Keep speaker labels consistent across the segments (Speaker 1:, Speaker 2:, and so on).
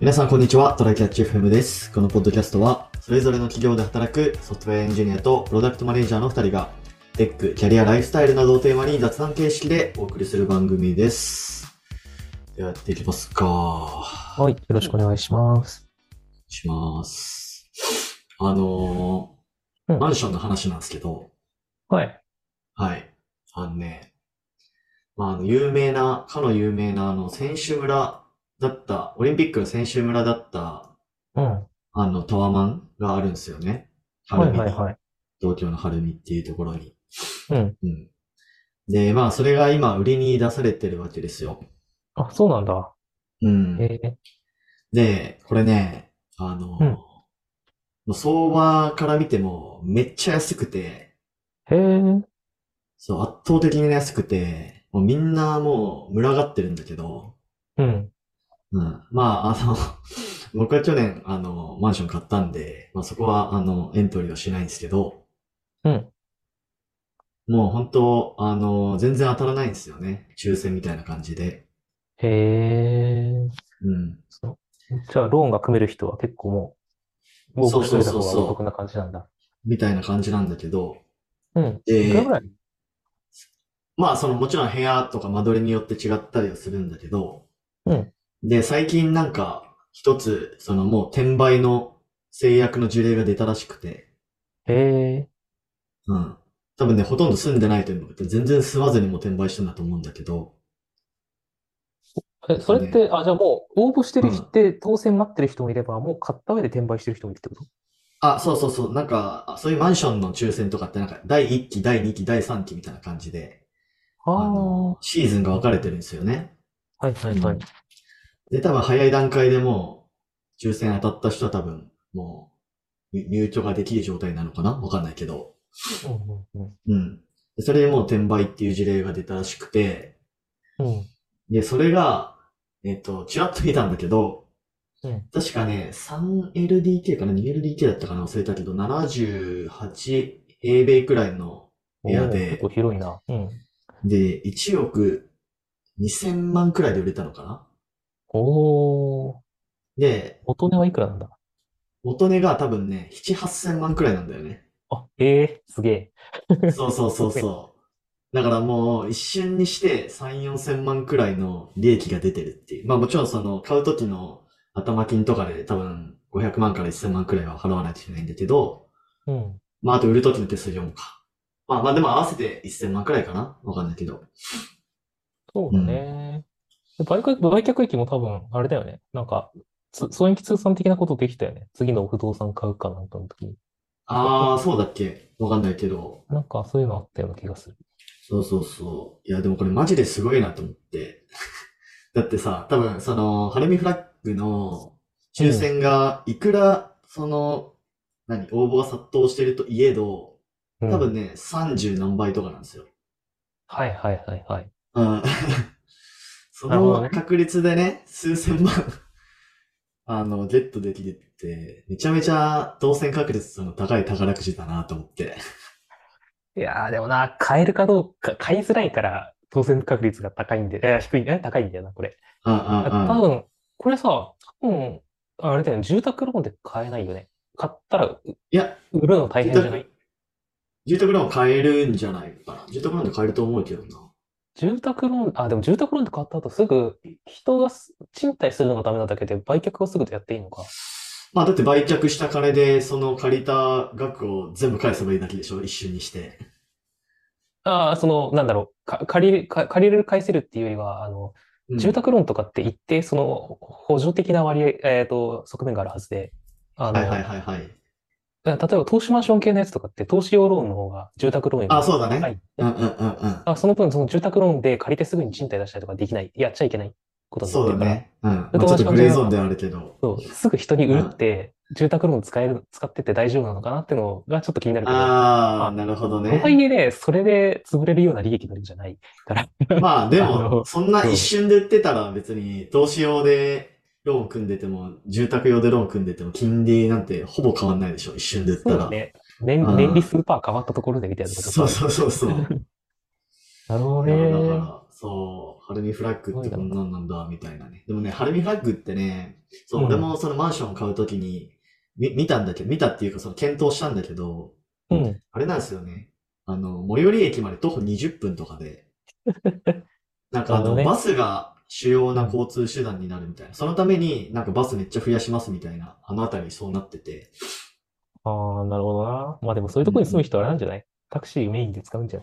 Speaker 1: 皆さん、こんにちは。トライキャッチ FM です。このポッドキャストは、それぞれの企業で働くソフトウェアエンジニアとプロダクトマネージャーの2人が、テック、キャリア、ライフスタイルなどをテーマに雑談形式でお送りする番組です。では、やっていきますか。お
Speaker 2: はい、よろしくお願いします。
Speaker 1: 願いします。あの
Speaker 2: う
Speaker 1: ー、
Speaker 2: ん
Speaker 1: マンションの話なんですけど、
Speaker 2: はい。
Speaker 1: はい。あのね、まあ、あの、有名な、かの有名な、あの、選手村だった、オリンピックの選手村だった、
Speaker 2: うん。は
Speaker 1: あの、タワマンがあるんですよね。
Speaker 2: い
Speaker 1: 晴海
Speaker 2: はいはい。
Speaker 1: 東京の晴海っていうところに。
Speaker 2: うん。
Speaker 1: うん。で、まあ、それが今、売りに出されてるわけですよ。
Speaker 2: あ、そうなんだ。
Speaker 1: うん。
Speaker 2: ええ
Speaker 1: で、これね、あの、
Speaker 2: うん
Speaker 1: もう相場から見ても、めっちゃ安くて、
Speaker 2: へえ。
Speaker 1: そう、圧倒的に安くて、もうみんなもう、群がってるんだけど、
Speaker 2: うん。
Speaker 1: うん。まあ、あの、 僕は去年、あの、マンション買ったんで、まあそこは、あの、エントリーはしないんですけど、
Speaker 2: うん。
Speaker 1: もう本当、あの、全然当たらないんですよね。抽選みたいな感じで。
Speaker 2: へえ。
Speaker 1: うん。
Speaker 2: そう。じゃあ、ローンが組める人は結構もう、応募しといた方がお得な感じなんだ。
Speaker 1: みたいな感じなんだけど、
Speaker 2: うん。いくら
Speaker 1: で
Speaker 2: ぐ、らい
Speaker 1: まあその、もちろん部屋とか間取りによって違ったりはするんだけど、
Speaker 2: うん。
Speaker 1: で、最近なんか、一つ、そのもう転売の制約の事例が出たらしくて、
Speaker 2: へえ。
Speaker 1: うん。多分ね、ほとんど住んでないというのが、全然住まずにも転売したんだと思うんだけど、
Speaker 2: え、それって、あ、じゃあもう、応募してる人って、当選待ってる人もいれば、もう買った上で転売してる人もいるってこと
Speaker 1: あ、そうそうそう、なんか、あそういうマンションの抽選とかってなんか、第1期、第2期、第3期みたいな感じで、あの、シーズンが分かれてるんですよね。
Speaker 2: あー。はいはいはい。
Speaker 1: で、多分早い段階でもう、抽選当たった人は多分、もう、入入居ができる状態なのかなわかんないけど。
Speaker 2: うんうん
Speaker 1: うん。でそれでもう転売っていう事例が出たらしくて、
Speaker 2: うん。うん。
Speaker 1: で、それが、えっと、ちらっと見たんだけど、
Speaker 2: うん
Speaker 1: 確かね、3LDK かな ?2LDK だったかな忘れたけど、78平米くらいの部屋で
Speaker 2: おー結構広いな。うん。
Speaker 1: で、1億2000万くらいで売れたのかな
Speaker 2: おー。
Speaker 1: で、
Speaker 2: 元値はいくらなんだ
Speaker 1: 元値が多分ね、7、8000万くらいなんだよね。
Speaker 2: あ、ええ、すげえ。
Speaker 1: そうそうそうそう。だからもう一瞬にして3、4000万くらいの利益が出てるっていう。まあもちろんその買う時の頭金とかで多分500万から1000万くらいは払わないといけないんだけど、
Speaker 2: うん。
Speaker 1: まああと売る時の手数料もか。まあまあでも合わせて1000万くらいかなわかんないけど。
Speaker 2: そうだね。売却、売却益も多分、あれだよね。なんか、つ損益通算的なことできたよね。次の不動産買うかなんかの時に。
Speaker 1: ああ、そうだっけわかんないけど。
Speaker 2: なんか、そういうのあったような気がする。
Speaker 1: そうそうそう。いや、でもこれマジですごいなと思って。 だってさ、多分、その、ハルミフラッグの抽選が、いくら、その、何、応募が殺到してるといえど、
Speaker 2: うん
Speaker 1: 多分ね、30何倍とかなんですよ。
Speaker 2: はいはいはいはい。
Speaker 1: うん。 そ
Speaker 2: なるほど
Speaker 1: の
Speaker 2: ね
Speaker 1: 確率でね、数千万、 あの、ゲットできるって、めちゃめちゃ当選確率の高い宝くじだなと思って。
Speaker 2: いやー、でもな、買えるかどうか、買いづらいから、当選確率が高いんで、えー低い、え、高いんだよな、これ。
Speaker 1: あ
Speaker 2: あ
Speaker 1: あ、
Speaker 2: 多
Speaker 1: ああ。
Speaker 2: 分、これさ、多分、あれだよね、住宅ローンで買えないよね。買ったら、う
Speaker 1: いや、
Speaker 2: 売るの大変じゃない
Speaker 1: 住宅ローン買えるんじゃないかな。住宅ローンで買えると思うけどな。
Speaker 2: 住宅ローン、あ、でも住宅ローンって買った後すぐ人がす賃貸するのがダメなだけで売却をすぐとやっていいのか。
Speaker 1: まあだって売却した金で、その借りた額を全部返せばいいだけでしょ一瞬にして。
Speaker 2: ああ、その、なんだろう、か、借りる、か、借りれる返せるっていうよりは、あの、
Speaker 1: うん
Speaker 2: 住宅ローンとかって一定そのほ補助的な割合、えっと、側面があるはずで、あ
Speaker 1: はい
Speaker 2: の、
Speaker 1: はいはいはい。
Speaker 2: 例えば投資マンション系のやつとかって投資用ローンの方が住宅ローンより
Speaker 1: あそうだね
Speaker 2: 高い。
Speaker 1: うんうんうん
Speaker 2: あ、その分その住宅ローンで借りてすぐに賃貸出したりとかできない、やっちゃいけない
Speaker 1: う
Speaker 2: こと
Speaker 1: ん。
Speaker 2: にな
Speaker 1: そ
Speaker 2: っ
Speaker 1: うだ
Speaker 2: てるから。
Speaker 1: ね。うん。まあ
Speaker 2: そ
Speaker 1: ち
Speaker 2: れと
Speaker 1: ょっと
Speaker 2: 同じ
Speaker 1: グレーゾーンではあるけど。
Speaker 2: そう、すぐ人に売るって、住宅ローン使える、使ってて大丈夫なのかなってのがちょっと気になるけど、
Speaker 1: あ
Speaker 2: あ
Speaker 1: ー、なるほど
Speaker 2: とはい
Speaker 1: ね。
Speaker 2: えね、それで潰れるような利益になるんじゃないから。
Speaker 1: まあで
Speaker 2: あ
Speaker 1: も、
Speaker 2: の
Speaker 1: そんな
Speaker 2: うん
Speaker 1: 一瞬で売ってたら別に、投資用でローン組んでても、住宅用でローン組んでても、金利なんてほぼ変わんないでしょ一瞬で売っ
Speaker 2: そう
Speaker 1: た
Speaker 2: だ
Speaker 1: ら。
Speaker 2: ね。年、
Speaker 1: うん
Speaker 2: 年利数パー変わったところでみたいなこと
Speaker 1: そうそうそうそう。
Speaker 2: なるほど
Speaker 1: いや
Speaker 2: ね。
Speaker 1: だから、そう、ハルミフラッグってこんなんなんだ、みたいなね。でもね、ハルミフラッグってね、そう、
Speaker 2: うん
Speaker 1: 俺もそのマンション買うときに、み、見たんだけど、見たっていうか、その検討したんだけど、
Speaker 2: うん。
Speaker 1: あれなんですよね。あの、最寄り駅まで徒歩20分とか で、なんかあ
Speaker 2: なる
Speaker 1: の、
Speaker 2: ほどね
Speaker 1: バスが主要な交通手段になるみたいな。そのために、なんかバスめっちゃ増やしますみたいな、あのあたりそうなってて。
Speaker 2: ああ、なるほどな。まあでもそういうとこに住む人はあれなんじゃないタクシーメインで使うんじゃ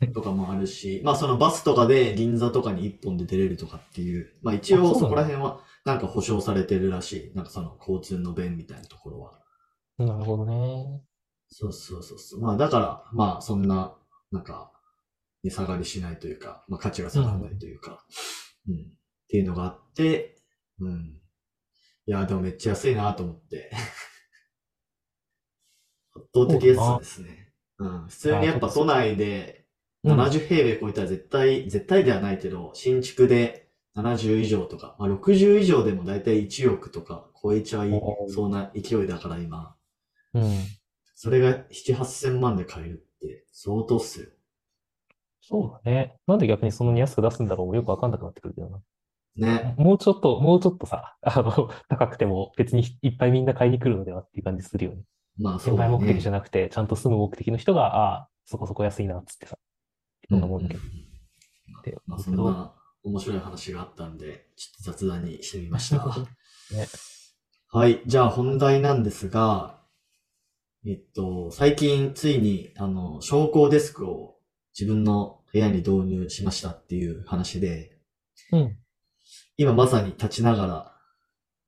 Speaker 2: ない
Speaker 1: とかもあるし、まあそのバスとかで銀座とかに一本で出れるとかっていう、まあ一応
Speaker 2: あそう
Speaker 1: そ
Speaker 2: なんだ
Speaker 1: こら辺はなんか保証されてるらしい。なんかその交通の便みたいなところは。
Speaker 2: なるほどね。
Speaker 1: そうそうそうそう。まあだから、まあそんな、なんか、値下がりしないというか、まあ価値が下がらないというか、うん、っていうのがあって、うん。いや、でもめっちゃ安いなと思って。 圧倒的安さですね。うん。普通にやっぱ都内で、
Speaker 2: うん
Speaker 1: 70平米超えたら絶対、絶対ではないけど、新築で70以上とか、まあ、60以上でも大体1億とか超えちゃい
Speaker 2: おー
Speaker 1: そうな勢いだから今、
Speaker 2: うん。
Speaker 1: それが7、8000万で買えるって相当っすよ。
Speaker 2: そうだね。なんで逆にその安く出すんだろうよくわかんなくなってくるけどな。
Speaker 1: ね。
Speaker 2: もうちょっと、もうちょっとさ、あの、高くても別にいっぱいみんな買いに来るのではっていう感じするよね。
Speaker 1: まあそ
Speaker 2: 転
Speaker 1: うだ
Speaker 2: 売目的じ
Speaker 1: ね。
Speaker 2: ゃなくて、ちゃんと住む目的の人が、ああ、そこそこ安いな、っつってさ。そんなもんだけど。
Speaker 1: うんうんうん
Speaker 2: って
Speaker 1: ま
Speaker 2: 思
Speaker 1: あ
Speaker 2: う
Speaker 1: そ
Speaker 2: け
Speaker 1: ん
Speaker 2: ど。
Speaker 1: な面白い話があったんで、ちょっと雑談にしてみました。
Speaker 2: ね
Speaker 1: はい。じゃあ本題なんですが、えっと、最近ついに、あの、昇降デスクを自分の部屋に導入しましたっていう話で、
Speaker 2: うん。
Speaker 1: 今まさに立ちながら、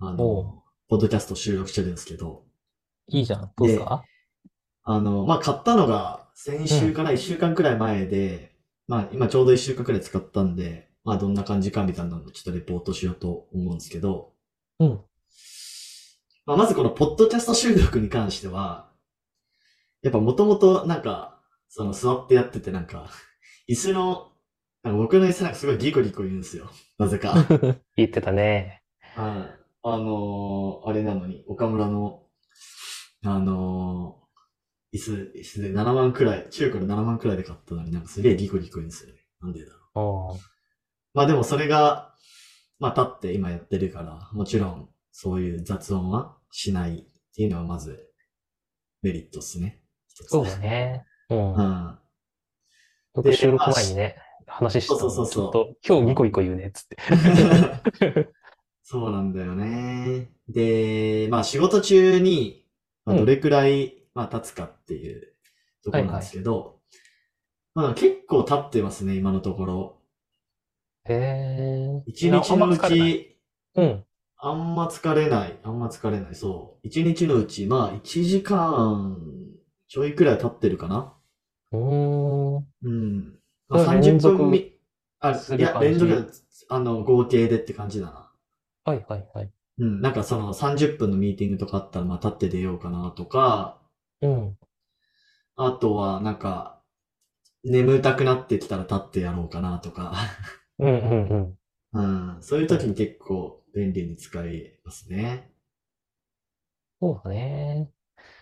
Speaker 1: あ
Speaker 2: お
Speaker 1: の、ポッドキャスト収録してるんですけど、
Speaker 2: いいじゃん。どうすか
Speaker 1: あの、まあ、買ったのが先週から1週間くらい前で、まあ、今ちょうど1週間くらい使ったんで、まあ、どんな感じかみたいなのをちょっとレポートしようと思うんですけど、
Speaker 2: うん。
Speaker 1: まあ、まずこのポッドキャスト収録に関しては、やっぱもともとなんか、その座ってやっててなんか、椅子の、なんか僕の椅子なんかすごいギコギコ言うんですよ。なぜか。
Speaker 2: 言ってたね。
Speaker 1: はい。あのーあれなのに、岡村の、あのー椅子、椅子で7万くらい、中古で7万くらいで買ったのになんかすげえギコギコ言うんですよね。なんでだろう。
Speaker 2: おー
Speaker 1: まあでもそれが、まあ立って今やってるから、もちろんそういう雑音はしないっていうのはまずメリットっすね。一つ
Speaker 2: そうだね。うん。
Speaker 1: うん。
Speaker 2: 僕収録前にね、話してたのに
Speaker 1: そうそうそうそう
Speaker 2: ちょっと、今日ニコニコ言うね、っつって。
Speaker 1: そうなんだよね。で、まあ仕事中に、まあ、
Speaker 2: うん
Speaker 1: どれくらい、まあ経つかっていうところなんですけど、まあ結構経ってますね、今のところ。
Speaker 2: へえ。
Speaker 1: 一日のう
Speaker 2: あんま疲れない
Speaker 1: ち、
Speaker 2: うん。
Speaker 1: あんま疲れない、あんま疲れない、そう。一日のうち、まあ1時間ちょいくらい経ってるかな。
Speaker 2: うーん。
Speaker 1: うん。まあ
Speaker 2: それ連
Speaker 1: 30分
Speaker 2: 続
Speaker 1: み、あ、
Speaker 2: す
Speaker 1: い
Speaker 2: る
Speaker 1: や、
Speaker 2: 感じ
Speaker 1: 連続、あの、合計でって感じだな。
Speaker 2: はいはいはい。
Speaker 1: うん、なんかその30分のミーティングとかあったら、まあ立って出ようかなとか、
Speaker 2: うん。
Speaker 1: あとはなんか、眠たくなってきたら立ってやろうかなとか、
Speaker 2: うんうんうん。
Speaker 1: うん、そういう時に結構便利に使えますね。
Speaker 2: そうだね。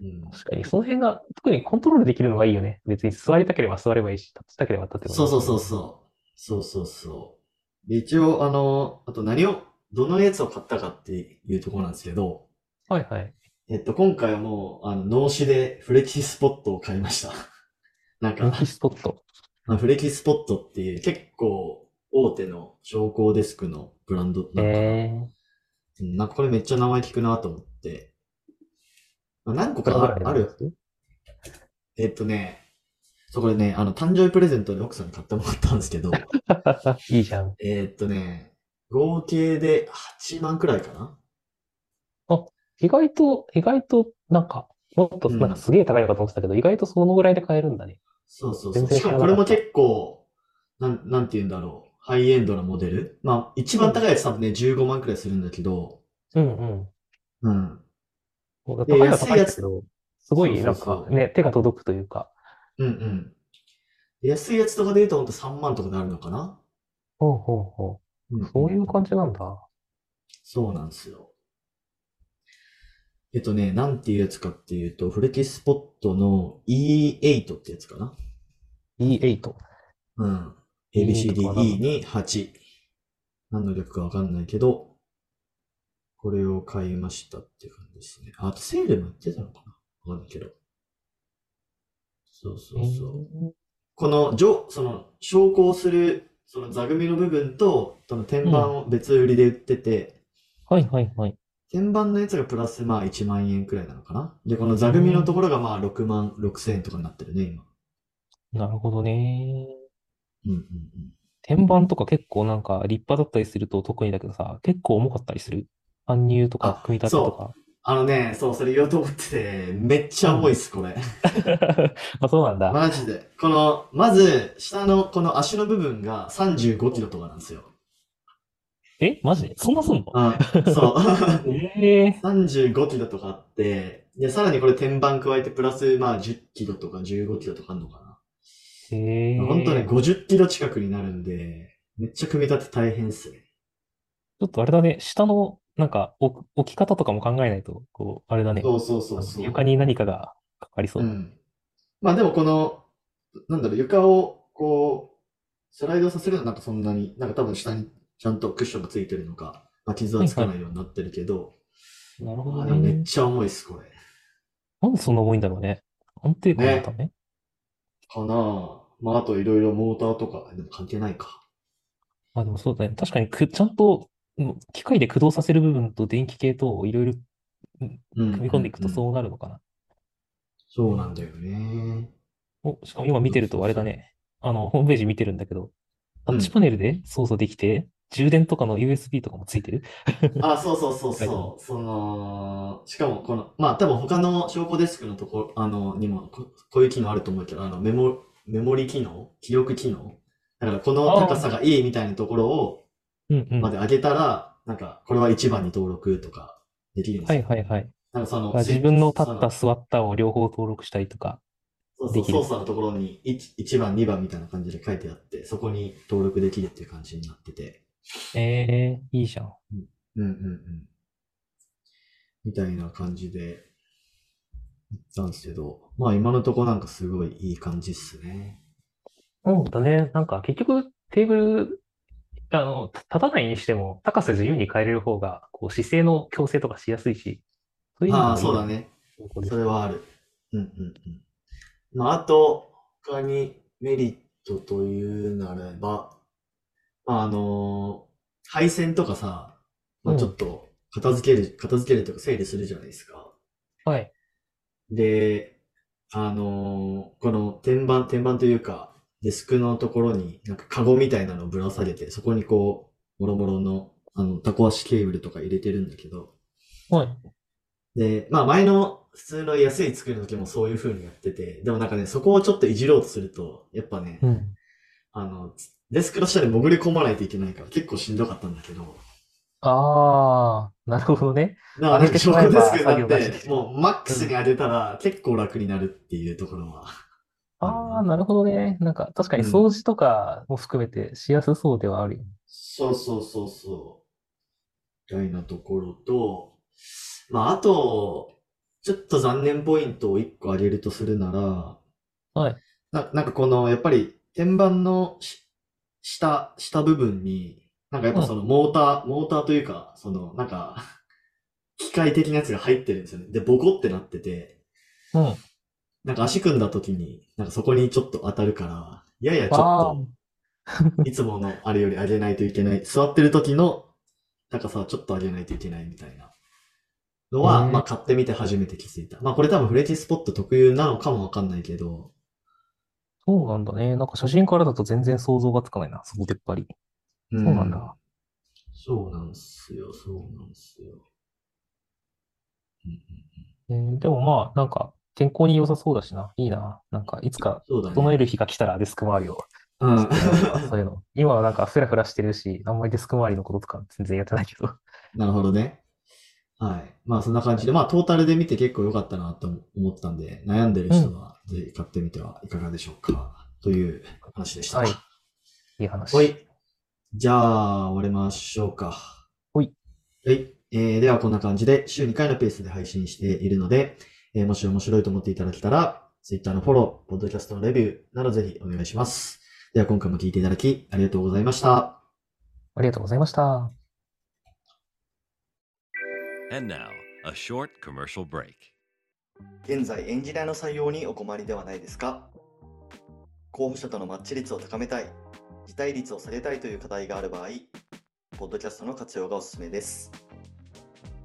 Speaker 1: うん、
Speaker 2: 確かに、その辺が、特にコントロールできるのはいいよね。別に座りたければ座ればいいし、立ちたければ立てばいい。
Speaker 1: そうそうそうそう。そうそうそう。で、一応、あの、あと何を、どのやつを買ったかっていうところなんですけど、
Speaker 2: う。はいはい。
Speaker 1: えっと、今回はもう、あの、脳死でフレキシスポットを買いました。 なんか
Speaker 2: 人、気スポット。
Speaker 1: まあフレキスポットっていう結構大手の昇降デスクのブランドなんかな、
Speaker 2: へ
Speaker 1: うんなんかこれめっちゃ名前聞くなと思って。まあ、何個
Speaker 2: え。
Speaker 1: かあある。えっとね、そうこれね、あの、誕生日プレゼントで奥さんに買ってもらったんですけ ど、
Speaker 2: いいじゃん。
Speaker 1: えっとね、合計で8万くらいかな
Speaker 2: 意外と、意外と、なんか、もっと、
Speaker 1: うん
Speaker 2: なんかすげえ高いのかと思ってたけど、意外とそのぐらいで買えるんだね。
Speaker 1: そうそうそう。
Speaker 2: 全然
Speaker 1: し
Speaker 2: 知
Speaker 1: からも
Speaker 2: な
Speaker 1: こ
Speaker 2: かっ
Speaker 1: れ
Speaker 2: た
Speaker 1: も結構、なん、なんて言うんだろう。ハイエンドなモデルまあ、一番高いやつ多分ね、15万くらいするんだけど、
Speaker 2: うんうん。
Speaker 1: うん。
Speaker 2: 高
Speaker 1: で
Speaker 2: いは高いんだけど、すご
Speaker 1: そう
Speaker 2: い、
Speaker 1: そう
Speaker 2: なん
Speaker 1: そう
Speaker 2: かね、手が届くというか。
Speaker 1: うんうん。安いやつとかで言うとほんと3万とかであるのかな
Speaker 2: ほうほうほ
Speaker 1: うん
Speaker 2: う。そういう感じなんだ。
Speaker 1: そうなんですよ。えっとね、なんていうやつかっていうと、フレキスポットの E8 ってやつかなう
Speaker 2: E8。
Speaker 1: ん。
Speaker 2: E とかな
Speaker 1: ABCDE に8。何の略かわかんないけど、これを買いましたっていう感じですね。ああとセールもやってたのかなわかんないけど。そうそうそう。この、じょ、その、昇降する、その座組の部分と、その天板を別売りで売ってて、
Speaker 2: はいはいはい。
Speaker 1: 天板のやつがプラスまあ1万円くらいなのかなで、この座組のところがまあ6万6千円とかになってるね、今。
Speaker 2: なるほどね。
Speaker 1: うんうんうん。
Speaker 2: 天板とか結構なんか立派だったりすると特にだけどさ、結構重かったりする。搬入とか
Speaker 1: あ
Speaker 2: 組み立てとか。
Speaker 1: あのね、そう、それ言おうと思ってて、めっちゃ重いっす、これ。
Speaker 2: あ、そうなん だ。
Speaker 1: マジで。この、まず、下のこの足の部分が35キロとかなんですよ。
Speaker 2: え、マジでそんなすんの
Speaker 1: あ、そう。
Speaker 2: ええ
Speaker 1: 35キロとかあって、で、さらにこれ天板加えてプラス、まあ10キロとか15キロとかあんのかな。
Speaker 2: ー。ええ
Speaker 1: 本当ね、50キロ近くになるんで、めっちゃ組み立て大変っすね。
Speaker 2: ちょっとあれだね、下の、なんか置、置き方とかも考えないと、こう、あれだね、
Speaker 1: そうそうそう
Speaker 2: あ
Speaker 1: そ
Speaker 2: の
Speaker 1: う。
Speaker 2: 床に何かがかかりそうう。
Speaker 1: ん。まあでもこの、なんだろう、床をこう、スライドさせるのはなんかそんなに、なんか多分下にちゃんとクッションがついてるのか、まあ、傷はつかないようになってるけど、
Speaker 2: なるほど
Speaker 1: あでもめっ
Speaker 2: ね。
Speaker 1: ちゃ重いっす、これ。
Speaker 2: なんでそんな重いんだろうね。安定感のため
Speaker 1: かなあまああといろいろモーターとか、でも関係ないか。
Speaker 2: まあでもそうだね。確かにく、ちゃんと、うん機械で駆動させる部分と電気系といろいろ
Speaker 1: うん
Speaker 2: 組み込んでいくと
Speaker 1: うん。
Speaker 2: そうなるのかな。
Speaker 1: そうなんだよね。
Speaker 2: お、しかも今見てるとあれだね。あの、ホームページ見てるんだけど、タッチパネルで操作できて、充電とかの USB とかもついてる。
Speaker 1: あ、そうそうそう
Speaker 2: はい
Speaker 1: そう。その、しかもこの、まあ多分他の証拠デスクのところ、あの、にもこ、こういう機能あると思うけど、あの、メモ、メモリ機能記憶機能だからこの高さがいいみたいなところを
Speaker 2: うんうん。
Speaker 1: まで上げたら、なんか、これは1番に登録とかできるんです
Speaker 2: は
Speaker 1: よ。
Speaker 2: いはいはい。
Speaker 1: なんかその、
Speaker 2: まあ自分の立った
Speaker 1: そ
Speaker 2: 座ったを両方登録したりとか。
Speaker 1: のそう
Speaker 2: で
Speaker 1: そ
Speaker 2: き
Speaker 1: う、
Speaker 2: る
Speaker 1: 操作のところに 1, 1番、2番みたいな感じで書いてあって、そこに登録できるっていう感じになってて。
Speaker 2: ええいいじゃん。
Speaker 1: うんうんうん。みたいな感じで、行ったんですけど、まあ今のとこなんかすごいいい感じっすね。
Speaker 2: そうだね。なんか結局テーブル、あの、立たないにしても高さ自由に変えれる方が、こう姿勢の矯正とかしやすいし、そういう意味で
Speaker 1: あ
Speaker 2: も
Speaker 1: あ、
Speaker 2: いい
Speaker 1: そうだね。
Speaker 2: 方向です
Speaker 1: それはある。うんうんうん。まああと、他にメリットというならば、まああの配線とかさ、まあちょっと片付ける、片付けるとか整理するじゃないですか。
Speaker 2: はい。
Speaker 1: で、あのーこの天板、天板というか、デスクのところに、なんかカゴみたいなのをぶら下げて、そこにこう、もろもろの、あの、タコ足ケーブルとか入れてるんだけど、
Speaker 2: はい。
Speaker 1: で、まあ前の普通の安い作る時もそういう風にやってて、でもなんかね、そこをちょっといじろうとすると、やっぱね、
Speaker 2: うん。
Speaker 1: あの、デスクの下に潜り込まないといけないから結構しんどかったんだけど、
Speaker 2: ああ、なるほどね。
Speaker 1: だからなんか
Speaker 2: 上げてしまえば
Speaker 1: ショートデスクになっ、
Speaker 2: 作業がして
Speaker 1: もうマックスに上げたら結構楽になるっていうところは、
Speaker 2: ああ、なるほどね。なんか、確かに
Speaker 1: うん
Speaker 2: 掃除とかも含めてしやすそうではあるよね。
Speaker 1: そうそうそうそう。みたいなところと、まあ、あと、ちょっと残念ポイントを1個挙げるとするなら、
Speaker 2: はい。
Speaker 1: な、なんかこの、やっぱり、天板のし下、下部分に、なんかやっぱそのモーター、モーターというか、その、なんか、機械的なやつが入ってるんですよね。で、ボコってなってて、
Speaker 2: うん。
Speaker 1: なんか足組んだ時に、なんかそこにちょっと当たるから、ややちょっ
Speaker 2: あ
Speaker 1: と、いつものあれより上げないといけない。座ってる時の高さはちょっと上げないといけないみたいなのは、
Speaker 2: うん
Speaker 1: まあ買ってみて初めて気づいた。まあこれ多分フレティスポット特有なのかもわかんないけど、
Speaker 2: そうなんだね。なんか写真からだと全然想像がつかないな、その出っ張り。
Speaker 1: そ
Speaker 2: そうなんだ。。
Speaker 1: そうなんすよ、そうなんすよ。うんうんうん
Speaker 2: えーでもまあ、なんか、健康に良さそうだしな。いいな。なんか、いつか、
Speaker 1: そうだね。
Speaker 2: 整える日が来たらデスク周りを。
Speaker 1: うん。
Speaker 2: そういうの。今はなんか、フラフラしてるし、あんまりデスク周りのこととか全然やってないけど。
Speaker 1: なるほどね。はい。まあそんな感じで、まあトータルで見て結構良かったなと思ったんで、悩んでる人はぜひ買ってみてはいかがでしょうか。という話でした。
Speaker 2: はいいい話。
Speaker 1: はい。じゃあ、終わりましょうか。
Speaker 2: ほい。
Speaker 1: はい。えーでは、こんな感じで、週2回のペースで配信しているので、えーもし面白いと思っていただけたら、Twitter のフォロー、ポッドキャストのレビューなどぜひお願いします。では今回も聞いていただきありがとうございました。
Speaker 2: ありがとうございました。
Speaker 3: And now, a short commercial break.
Speaker 1: 現在エンジニアの採用にお困りではないですか候補者とのマッチ率を高めたい辞退率を下げたいという課題がある場合ポッドキャストの活用がおすすめです